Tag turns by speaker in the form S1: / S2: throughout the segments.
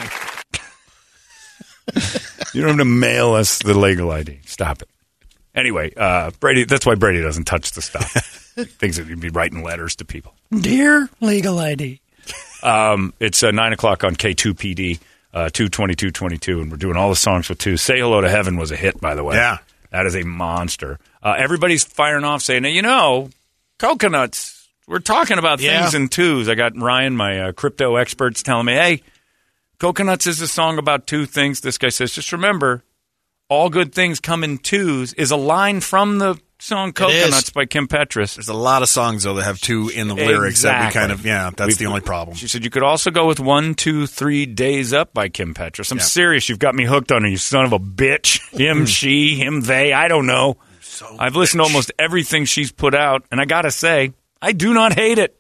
S1: you don't have to mail us the legal ID. Stop it. Anyway, uh, Brady. That's why Brady doesn't touch the stuff. He thinks that you'd be writing letters to people.
S2: Dear legal ID.
S1: Um, it's uh, nine o'clock on K two PD uh, two twenty two twenty two, and we're doing all the songs with two. Say hello to heaven was a hit, by the way.
S2: Yeah.
S1: that is a monster. Uh, everybody's firing off saying, you know, coconuts. We're talking about
S2: Yeah.
S1: things in twos. I got Ryan, my uh, crypto experts, telling me, hey, coconuts is a song about two things. This guy says, just remember, all good things come in twos is a line from the song
S2: is.
S1: Coconuts by Kim Petras.
S2: There's a lot of songs though that have two in the lyrics that we
S1: Exactly.
S2: kind of yeah. That's
S1: We've-
S2: the only problem.
S1: She said you could also go with one, two, three days up by Kim Petras. I'm serious. You've got me hooked on her. You son of a bitch. Him, she, him, they. I don't know. I've listened to almost everything she's put out, and I gotta say, I do not hate it.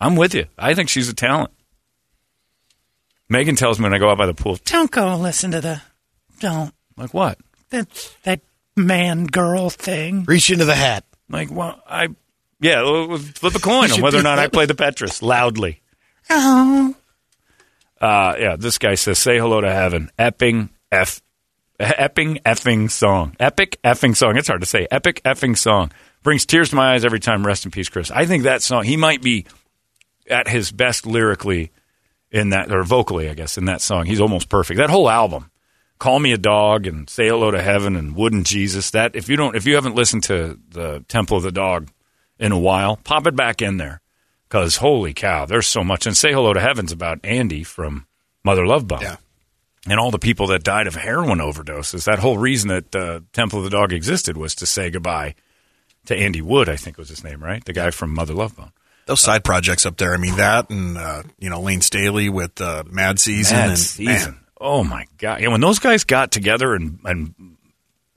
S1: I'm with you. I think she's a talent. Megan tells me when I go out by the pool,
S3: Don't go listen to the don't
S1: like what?
S3: that that man girl thing.
S2: Reach into the hat.
S1: Like well, I yeah, well, well, flip a coin on whether or not I play the Petrus loudly.
S3: Oh,
S1: Uh, yeah, this guy says, "Say hello to heaven." Epping f, epping effing song, epic effing song. It's hard to say. Epic effing song brings tears to my eyes every time. Rest in peace, Chris. I think that song. He might be at his best lyrically in that, or vocally, I guess, in that song. He's almost perfect. That whole album, "Call Me a Dog" and "Say Hello to Heaven" and "Wooden Jesus." That if you don't, if you haven't listened to the Temple of the Dog in a while, pop it back in there. Because holy cow, there's so much. And say hello to heavens about Andy from Mother Love Bomb
S2: Yeah.
S1: and all the people that died of heroin overdoses. That whole reason that uh, Temple of the Dog existed was to say goodbye to Andy Wood, I think was his name, right? The guy from Mother Love Bone.
S2: Those side projects up there. I mean that and uh, you know Lane Staley with uh, Mad Season.
S1: That
S2: and,
S1: season.
S2: man,
S1: Oh my god! Yeah, when those guys got together and and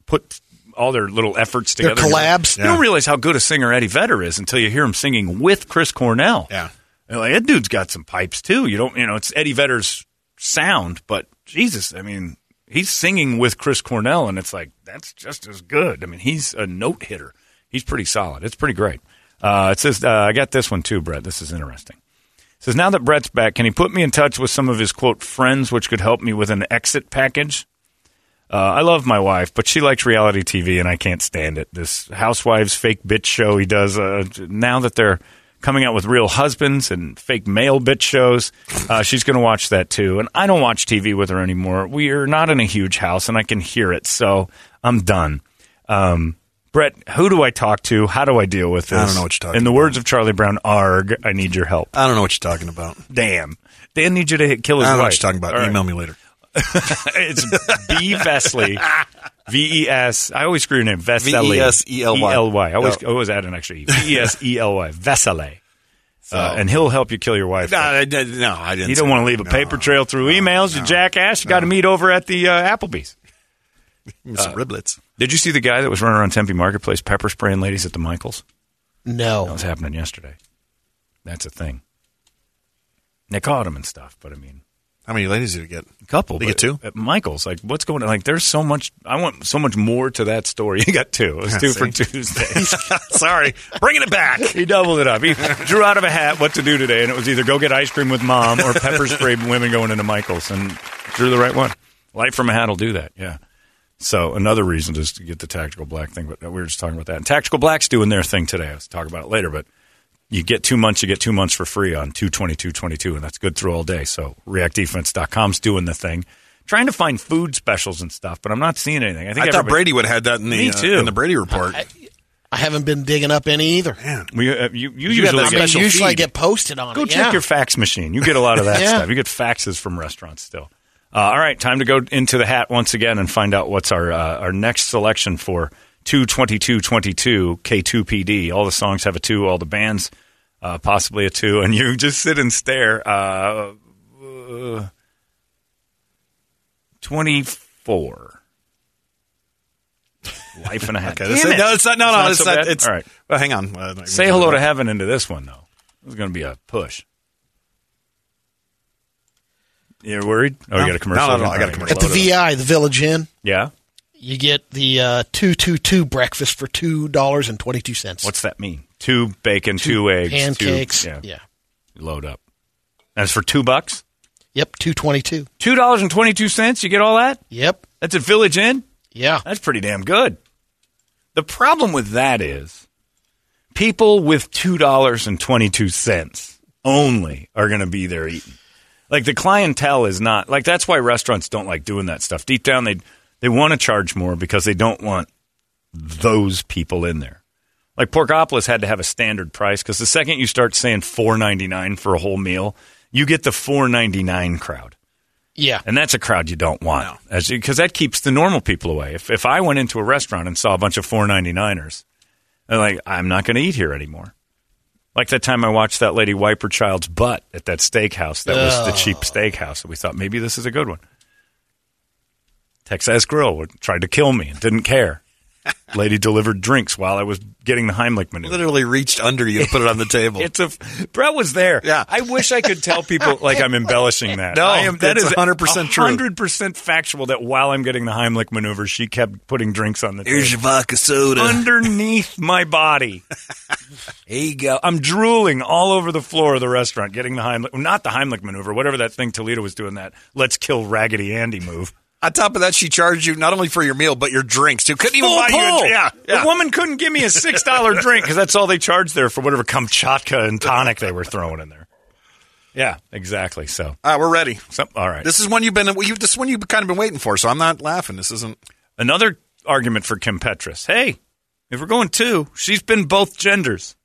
S1: put all their little efforts
S4: Their
S1: together,
S4: collabs.
S1: You don't realize how good a singer Eddie Vedder is until you hear him singing with Chris Cornell.
S2: Yeah.
S1: And like that dude's got some pipes too. You don't, you know, it's Eddie Vedder's sound, but Jesus, I mean, he's singing with Chris Cornell, and it's like that's just as good. I mean, he's a note hitter. He's pretty solid. It's pretty great. Uh, it says uh, I got this one too, Brett. This is interesting. It says now that Brett's back, can he put me in touch with some of his quote friends, which could help me with an exit package? Uh, I love my wife, but she likes reality TV, and I can't stand it. This Housewives fake bitch show he does. Uh, now that they're coming out with real husbands and fake male bitch shows, uh, she's going to watch that too. And I don't watch TV with her anymore. We are not in a huge house, and I can hear it, so I'm done. Um, Brett, who do I talk to? How do I deal with this?
S2: I don't know what you're talking
S1: In the
S2: about.
S1: words of Charlie Brown, "Arg, I need your help."
S2: I don't know what you're talking about.
S1: Dan. Dan needs you to hit kill
S2: I
S1: his
S2: don't know
S1: wife.
S2: what you're talking about.
S1: All right.
S2: Email me later.
S1: It's B Vesley. V E S. I always screw your name. Vesely.
S2: E V-E-S-E-L-Y.
S1: E-L-Y. I always,
S2: Yep.
S1: I always add an extra E. V E S E L Y. Vesely. Uh, and he'll help you kill your wife.
S2: No, I, didn't- no, I didn't.
S1: you
S2: say
S1: don't want to
S2: that.
S1: leave a
S2: No.
S1: paper trail through emails, you
S2: no,
S1: jackass. You got to meet over at the uh, Applebee's.
S2: Some riblets. Uh,
S1: Did you see the guy that was running around Tempe Marketplace pepper spraying ladies at the Michaels? That
S4: No.
S1: was happening yesterday. That's a thing. They caught him and stuff, but I mean,
S2: How many ladies did we get?
S1: a couple.
S2: They
S1: but
S2: get two?
S1: At Michael's, like, what's going on? Like, there's so much. I want so much more to that story. You got two. It was two for Tuesday.
S2: Sorry, bringing it back.
S1: he doubled it up. He drew out of a hat what to do today, and it was either go get ice cream with mom or pepper spray women going into Michael's, and drew the right one. Light from a hat will do that. Yeah. So another reason is to get the tactical black thing, but we were just talking about that. And tactical black's doing their thing today. I'll talk about it later, but you get two months, you get two months for free on 222.22, and that's good through all day. So reactdefense.com's doing the thing. Trying to find food specials and stuff, but I'm not seeing anything. I think
S2: I thought
S1: everybody-
S2: Brady would have had that in the
S1: Me
S2: uh,
S1: too.
S2: in the Brady report.
S4: I haven't been digging up any either.
S2: Man,
S1: We, uh, you, you,
S2: You got
S1: usually
S2: that
S1: get-
S4: I
S2: special
S4: usually I
S2: feed.
S4: get posted on
S1: Go
S4: it.
S1: check
S4: yeah.
S1: your fax machine. You get a lot of that
S4: Yeah.
S1: stuff. You get faxes from restaurants still. Uh, all right, time to go into the hat once again and find out what's our uh, our next selection for 22222 K2PD. All the songs have a 2, all the bands uh, possibly a 2 and you just sit and stare uh, uh, 24 Life and a half.
S2: okay, that's it. No, it's not. No, no, it's,
S1: so
S2: not.
S1: bad.
S2: It's
S1: all right.
S2: Well, hang on. Uh,
S1: Say hello to heaven into this one though. This is going to be a push. You're worried? Oh,
S2: No.
S1: you got a commercial?
S2: No, no, no,
S1: again? All
S2: I got a
S1: right.
S2: commercial.
S4: At the
S2: Load it
S4: VI, the Village Inn,
S1: Yeah.
S4: you get the uh, two two two breakfast for two dollars and twenty two cents.
S1: What's that mean? Two bacon, two, eggs, two-
S4: pancakes?
S1: yeah,
S4: yeah.
S1: Load up. That's for two bucks.
S4: Yep. Two twenty two.
S1: Two dollars and twenty two cents. You get all that?
S4: Yep.
S1: That's at Village Inn.
S4: Yeah.
S1: That's pretty damn good. The problem with that is people with $2.22 only are going to be there eating. Like the clientele is not like that's why restaurants don't like doing that stuff. Deep down they they want to charge more because they don't want those people in there. Like Porkopolis had to have a standard price because the second you start saying four ninety nine for a whole meal, you get the four ninety nine crowd.
S4: Yeah.
S1: And that's a crowd you don't want because that keeps the normal people away. If, if I went into a restaurant and saw a bunch of 499ers, and like, I'm not going to eat here anymore. Like that time I watched that lady wipe her child's butt at that steakhouse that was the cheap steakhouse. And we thought maybe this is a good one. Texas Grill would- tried to kill me and didn't care. lady delivered drinks while I was getting the Heimlich
S2: I
S1: maneuver.
S2: Literally reached under you and put it on the table.
S1: It's a Brett was there.
S2: Yeah.
S1: I wish I could tell people like I'm embellishing that.
S2: No,
S1: I am, that
S2: that's
S1: is
S2: 100% true.
S1: 100% factual that while I'm getting the Heimlich maneuver, she kept putting drinks on the table.
S2: vodka soda.
S1: underneath my body. There you go. I'm drooling all over the floor of the restaurant getting the Heimlich not the Heimlich maneuver, whatever that thing Toledo was doing that. Let's kill Raggedy Andy move.
S2: On top of that, she charged you not only for your meal but your drinks too. Couldn't even
S1: Full
S2: buy you. A,
S1: pull.
S2: drink. yeah, yeah.
S1: The woman couldn't give me a six dollar drink because that's all they charged there for whatever Kamchatka and tonic they were throwing in there. Yeah, exactly. So,
S2: All right, we're ready.
S1: some, all right.
S2: This is one you've been. You, this is one you've kind of been waiting for. So I'm not laughing. This isn't.
S1: Another argument for Kim Petras. Hey, if we're going two, she's been both genders.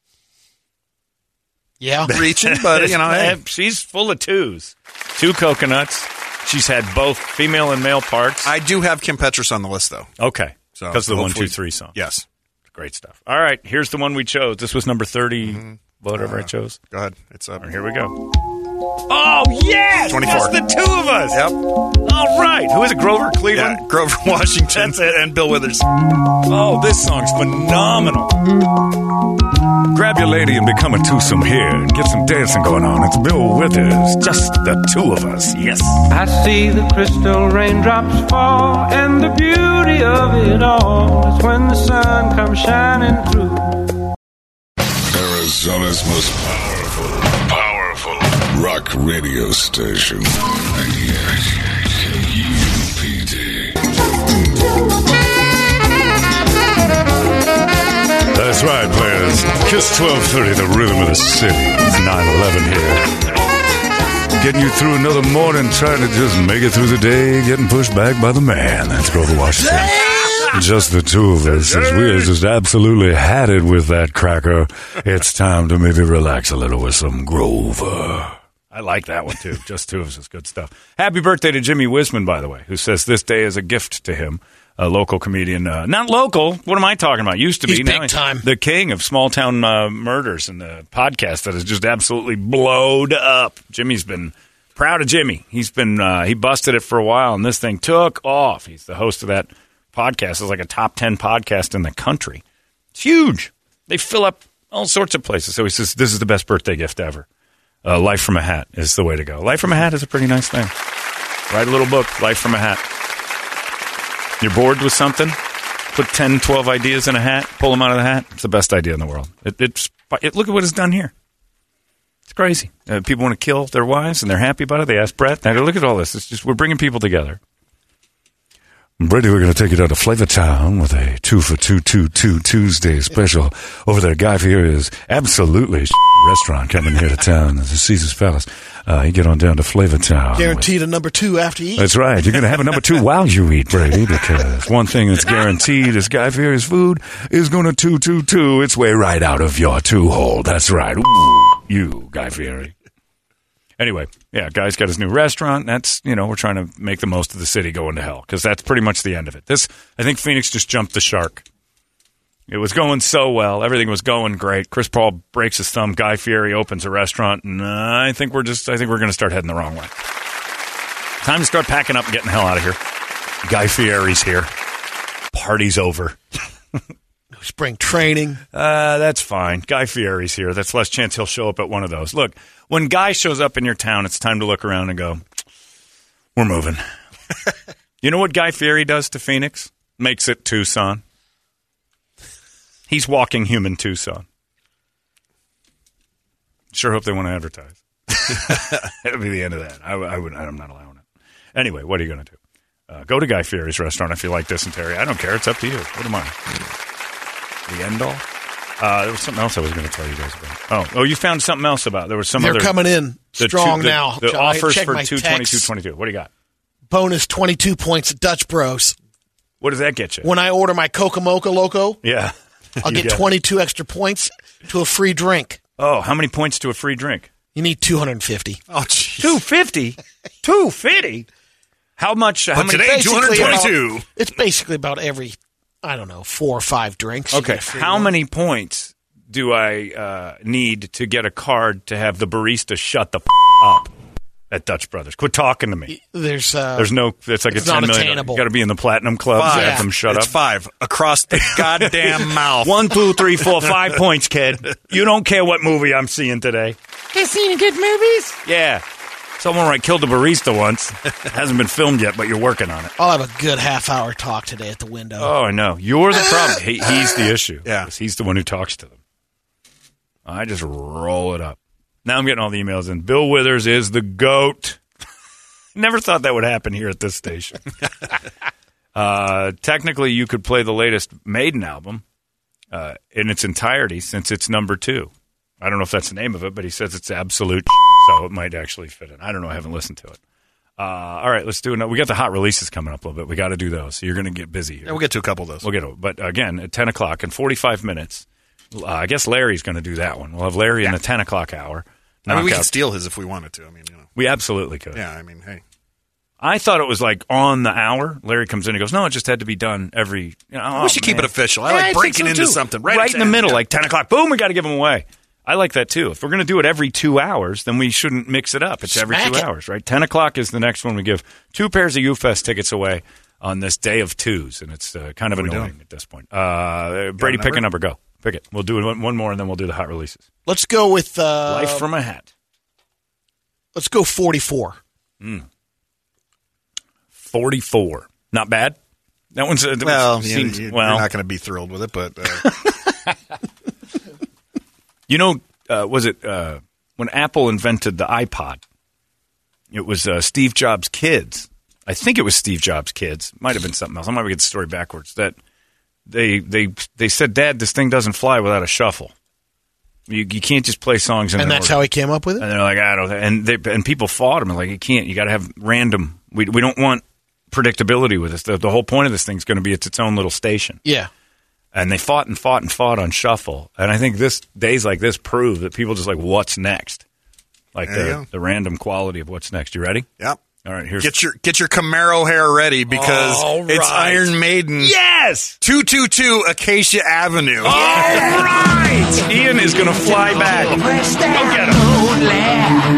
S4: Yeah.
S2: reaching, but you know, hey,
S1: eh, she's full of twos. Two coconuts. She's had both female and male parts.
S2: I do have Kim Petras on the list though.
S1: okay,
S2: So
S1: because of the one,
S2: hopefully-
S1: two, three song.
S2: Yes,
S1: great stuff. All right, here's the one we chose. This was number 30 whatever I chose.
S2: go ahead. It's up.
S1: Here we go. Oh yeah,
S2: 24.
S1: That's the two of us.
S2: Yep.
S1: All right. Who is it? Grover
S2: Yeah.
S1: Cleveland.
S2: Grover Washington
S1: That's it.
S2: and Bill Withers.
S1: Oh, this song's phenomenal. Grab your lady and become a twosome here and get some dancing going on. It's Bill Withers, just the two of us. Yes.
S5: I see the crystal raindrops fall, and the beauty of it all is when the sun comes shining through.
S6: Arizona's most powerful, powerful rock radio station. 98 KUPD.
S1: That's right, players. Kiss 1230, the rhythm of the city. It's 9-11 here. Getting you through another morning, trying to just make it through the day, getting pushed back by the man. That's Grover Washington. Just the two of us, as we are just absolutely had it with that cracker. It's time to maybe relax a little with some Grover. I like that one too. Just two of us is good stuff. Happy birthday to Jimmy Wisman, by the way, who says this day is a gift to him. A local comedian, uh, not local. What am I talking about? Used to be
S4: He's
S1: now
S4: big time.
S1: the king of small town uh, murders and the podcast that has just absolutely blowed up. Jimmy's been proud of Jimmy. He's been uh, he busted it for a while, and this thing took off. He's the host of that podcast. It's like a top ten podcast in the country. It's huge. They fill up all sorts of places. So he says, "This is the best birthday gift ever. Uh, Life from a Hat is the way to go. Life from a Hat is a pretty nice thing. Write a little book, Life from a Hat. You're bored with something? Put 10, 12 ideas in a hat, pull them out of the hat. It's the best idea in the world. It, it's it, look at what it's done here. It's crazy. Uh, people want to kill their wives, and they're happy about it. They ask Brett. Now look at all this. It's just we're bringing people together.
S7: Brady, we're going to take you down to Flavor Town with a two for two, two, two Tuesday special. Over there, Guy Fieri is absolutely restaurant coming here to town. This is Caesar's Palace. Uh, you get on down to Flavor Town. with-
S4: Guaranteed a number two after you eat.
S7: That's right. You're going to have a number two while you eat, Brady, because one thing that's guaranteed is Guy Fieri's food is going to two, two, two its way right out of your two hole. That's right. Ooh, you, Guy Fieri.
S1: Anyway, yeah, guy's got his new restaurant. That's you know we're trying to make the most of the city going to hell because that's pretty much the end of it. This I think Phoenix just jumped the shark. It was going so well, everything was going great. Chris Paul breaks his thumb. Guy Fieri opens a restaurant, and uh, I think we're just I think we're going to start heading the wrong way. Time to start packing up and getting the hell out of here. Guy Fieri's here. Party's over.
S4: Spring training.
S1: Uh, that's fine. Guy Fieri's here. That's less chance he'll show up at one of those. Look, when Guy shows up in your town, it's time to look around and go, we're moving. you know what Guy Fieri does to Phoenix? Makes it Tucson. He's walking human Tucson. Sure hope they want to advertise. That'll be the end of that. I, I would, I'm not allowing it. Anyway, what are you going to do? Uh, go to Guy Fieri's restaurant if you like dysentery. I don't care. It's up to you. What am I? the end all. Uh, there was something else I was going to tell you guys about. Oh, oh, you found something else about. There was some
S4: They're
S1: other
S4: coming in
S1: the two-
S4: strong
S1: the-
S4: now.
S1: The
S4: John, I
S1: offers
S4: checked
S1: for
S4: my
S1: two twenty
S4: text.
S1: two twenty two. What do you got?
S4: Bonus 22 points at Dutch Bros.
S1: What does that get you?
S4: When I order my Coca Mocha Loco,
S1: yeah,
S4: I'll
S1: You
S4: get
S1: got it.
S4: 22 extra points to a free drink.
S1: Oh, how many points to a free drink?
S4: You need 250.
S2: Oh, jeez.
S1: Two fifty. Two fifty. How much? How many? uh,
S2: today,
S4: Basically about-
S2: 222.
S4: It's basically about every, I don't know, four or five drinks. You
S1: Okay.
S4: get a free
S1: How
S4: one.
S1: many points do I uh, need to get a card to have the barista shut the f- up at Dutch Brothers? Quit talking to me.
S4: There's uh,
S1: There's no. It's like
S4: It's
S1: a
S4: not
S1: ten million.
S4: attainable.
S1: You got to be in the platinum club. to Have them shut
S2: it's
S1: up.
S2: five across the goddamn mouth.
S1: One, two, three, four, five points, kid. You don't care what movie I'm seeing today.
S3: Has seen good movies?
S1: Yeah. Someone right killed a barista once. Hasn't been filmed yet, but you're working on it.
S4: I'll have a good half hour talk today at the window.
S1: Oh, I know. You're the problem. He, he's the issue.
S2: Yeah.
S1: 'Cause He's the one who talks to them. I just roll it up. Now I'm getting all the emails in. Bill Withers is the GOAT. Never thought that would happen here at this station. uh, technically, you could play the latest Maiden album uh, in its entirety since it's number two. I don't know if that's the name of it, but he says it's absolute, so it might actually fit in. I don't know. I haven't listened to it. Uh, all right, let's do another. We got the hot releases coming up a little bit. We got to do those. So you're going to get busy here.
S2: Yeah, we'll get to a couple of those.
S1: We'll get it. But again, at 10 o'clock in 45 minutes, uh, I guess Larry's going to do that one. We'll have Larry in the 10 o'clock hour.
S2: I mean, we could
S1: Knockout.
S2: steal his if we wanted to. I mean, you know.
S1: we absolutely could.
S2: Yeah, I mean, hey.
S1: I thought it was like on the hour. Larry comes in and goes, no, it just had to be done every. You know,
S2: we should
S1: oh,
S2: keep
S1: man.
S2: it official. I
S1: Yeah,
S2: like
S1: think
S2: breaking
S1: so,
S2: into
S1: too.
S2: something.
S1: Right,
S2: Right, at
S1: in the
S2: 10.
S1: middle, like 10 o'clock. Boom, we got to give them away. I like that too. If we're going to do it every two hours, then we shouldn't mix it up. It's every
S4: Smack
S1: two
S4: it.
S1: hours, right? 10 o'clock is the next one we give. Two pairs of UFest tickets away on this day of twos, and it's uh, kind of annoying at this point. Uh, Brady, pick a number. Go. Pick it. We'll do one, one more, and then we'll do the hot releases.
S4: Let's go with uh,
S1: Life from a Hat.
S4: Let's go 44.
S1: 44. Not bad. That one's uh, that
S2: Well,
S1: one
S2: you,
S1: seems,
S2: you,
S1: well
S2: are not going to be thrilled with it, but uh,
S1: You know, uh, was it uh, when Apple invented the iPod? It was uh, Steve Jobs' kids. I think it was Steve Jobs' kids. Might have been something else. I might get the story backwards. That they they they said, "Dad, this thing doesn't fly without a shuffle. You, you can't just play songs in
S4: And
S1: an
S4: that's
S1: order."
S4: how he came up with it?
S8: Uh,
S1: And they're like, I don't. And they, and people fought him like, you can't. You got to have random. We we don't want predictability with this. The, the whole point of this thing's going to be it's its own little station
S4: yeah.
S1: and they fought and fought and fought on shuffle. And I think this days like this prove that people just like what's next, like
S2: There you
S1: the,
S2: go.
S1: the random quality of what's next. You ready?
S2: yep.
S1: All right, here's
S2: Get your get your Camaro hair ready because
S1: All
S2: it's
S1: right.
S2: Iron Maiden.
S1: yes.
S2: Two two two Acacia Avenue.
S1: All right, Ian is gonna fly back. Go get him.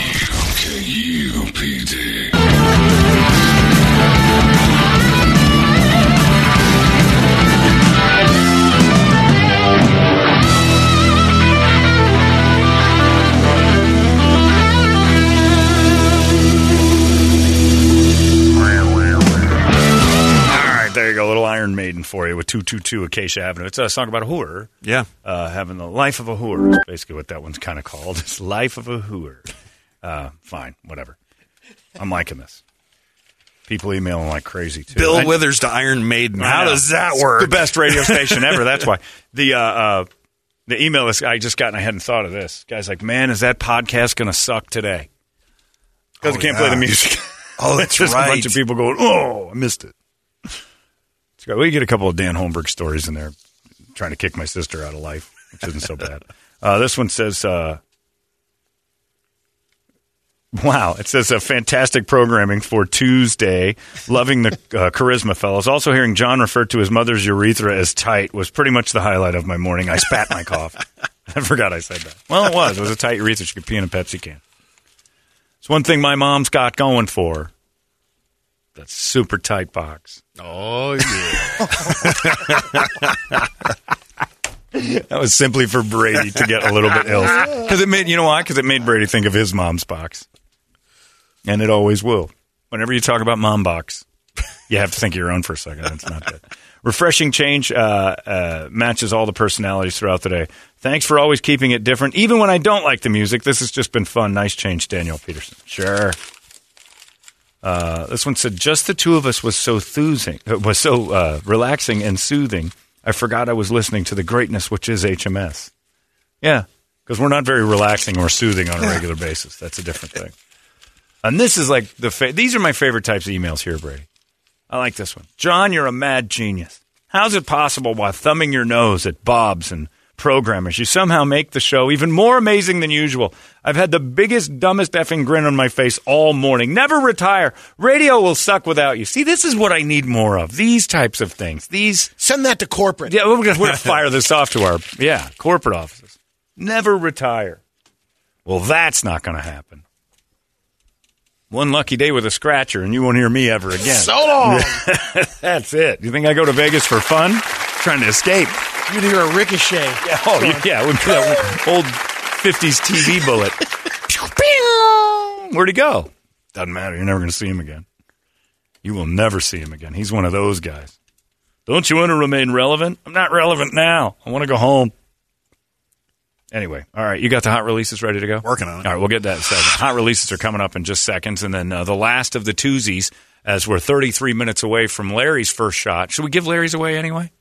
S6: KUPD.
S8: All right, there you go. Little Iron Maiden for you with 222 Acacia Avenue. It's uh, a song about a whore.
S2: Yeah.
S8: Uh, having the life of a whore. is Basically, what that one's kind of called. It's life of a whore. Uh, fine, whatever. I'm liking this. People emailing like crazy too.
S2: Bill
S8: I-
S2: Withers to Iron Maiden. How
S8: I know.
S2: does that
S8: It's
S2: work?
S8: The best radio station ever. That's why the uh, uh, the email is, I just got and I hadn't thought of this. Guys, like, man, is that podcast going to suck today? Because
S2: Oh,
S8: I can't
S2: yeah.
S8: play the music.
S2: Oh, that's
S8: it's just
S2: right.
S8: a bunch of people going, "Oh, I missed it." It's got, we get a couple of Dan Holmberg stories in there, trying to kick my sister out of life, which isn't so bad. Uh, this one says, uh, "Wow!" It says a fantastic programming for Tuesday. Loving the uh, charisma, fellas. Also, hearing John refer to his mother's urethra as tight was pretty much the highlight of my morning. I spat my cough. I forgot I said that. Well, it was. It was a tight urethra. She could pee in a Pepsi can. It's one thing my mom's got going for. her. That super tight box.
S2: Oh, yeah.
S8: That was simply for Brady to get a little bit ill. Because it made, you know why? Because it made Brady think of his mom's box. And it always will. Whenever you talk about mom box, you have to think of your own for a second. It's not good. Refreshing change uh, uh, matches all the personalities throughout the day. Thanks for always keeping it different. Even when I don't like the music, this has just been fun. Nice change, Daniel Peterson. Sure. Uh, This one said, "Just the two of us was so soothing, uh, was so uh, relaxing and soothing. I forgot I was listening to the greatness, which is HMS. Yeah, because we're not very relaxing or soothing on a regular basis. That's a different thing. And this is like the fa- these are my favorite types of emails here, Brady. I like this one, John. You're a mad genius. How's it possible while thumbing your nose at Bob's and programmers, you somehow make the show even more amazing than usual? I've had the biggest, dumbest effing grin on my face all morning. Never retire. Radio will suck without you. See, this is what I need more of. These types of things. These
S4: Send that to corporate.
S8: yeah, we're gonna, we're gonna fire this off to our yeah corporate offices. Never retire. Well, that's not gonna happen. One lucky day with a scratcher, and you won't hear me ever again.
S4: So long.
S8: that's it. You think I go to Vegas for fun? Trying to escape?
S4: You'd hear a ricochet.
S8: Oh yeah, it would be that old '50s TV bullet. Pew, pew. Where'd he go? Doesn't matter. You're never gonna see him again. You will never see him again. He's one of those guys. Don't you want to remain relevant? I'm not relevant now. I want to go home. Anyway, all right, you got the hot releases ready to go?
S2: Working on it.
S8: All right, we'll get that in a second. Hot releases are coming up in just seconds. And then uh, the last of the twosies, as we're 33 minutes away from Larry's first shot. Should we give Larry's away anyway?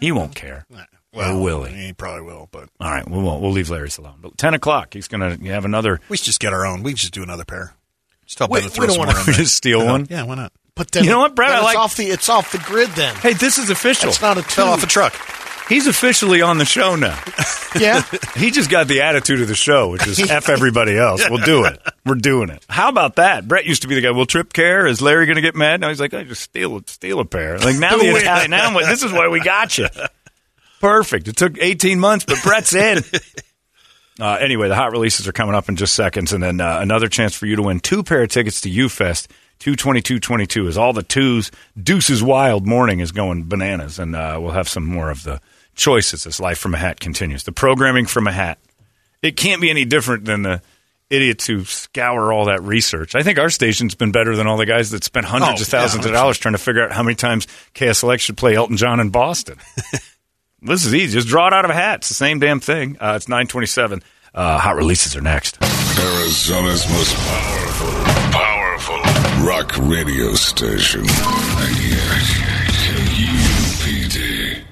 S8: He won't care. Or will he?
S2: He probably will, but
S8: All right, we won't. We'll leave Larry's alone. But 10 o'clock, he's going to have another.
S2: we should just get our own. We can just do another pair. Just help
S4: We-
S2: them to
S4: we
S2: throw
S4: don't
S2: some
S4: wanna-
S2: more in there.
S8: Just steal
S2: Yeah,
S8: one?
S2: Yeah, why not?
S4: But then,
S8: You know what, Brad?
S4: then
S8: I
S4: it's
S8: like-
S4: off the it's off the grid. Then
S8: Hey, this is official.
S4: it's not a two.
S2: Fell off a truck.
S8: He's officially on the show now.
S4: yeah.
S8: He just got the attitude of the show, which is F everybody else. We'll do it. We're doing it. How about that? Brett used to be the guy, Will Trip care? Is Larry going to get mad? Now he's like, I just steal, steal a pair. Like now the Italian, now I'm like, this is why we got you. Perfect. It took 18 months, but Brett's in. Uh, anyway, the hot releases are coming up in just seconds, and then uh, another chance for you to win two pair of tickets to UFest. Two twenty-two twenty-two is all the twos. Deuces Wild Morning is going bananas, and uh, we'll have some more of the choices as Life from a Hat continues. The programming from a hat. It can't be any different than the idiots who scour all that research. I think our station's been better than all the guys that spent hundreds
S2: Oh,
S8: of thousands
S2: yeah,
S8: of dollars trying to figure out how many times KSLX should play Elton John in Boston. This is easy. Just draw it out of a hat. It's the same damn thing. Uh, it's 927. Uh, hot releases are next.
S6: Arizona's most powerful, powerful rock radio station. 98 KUPD.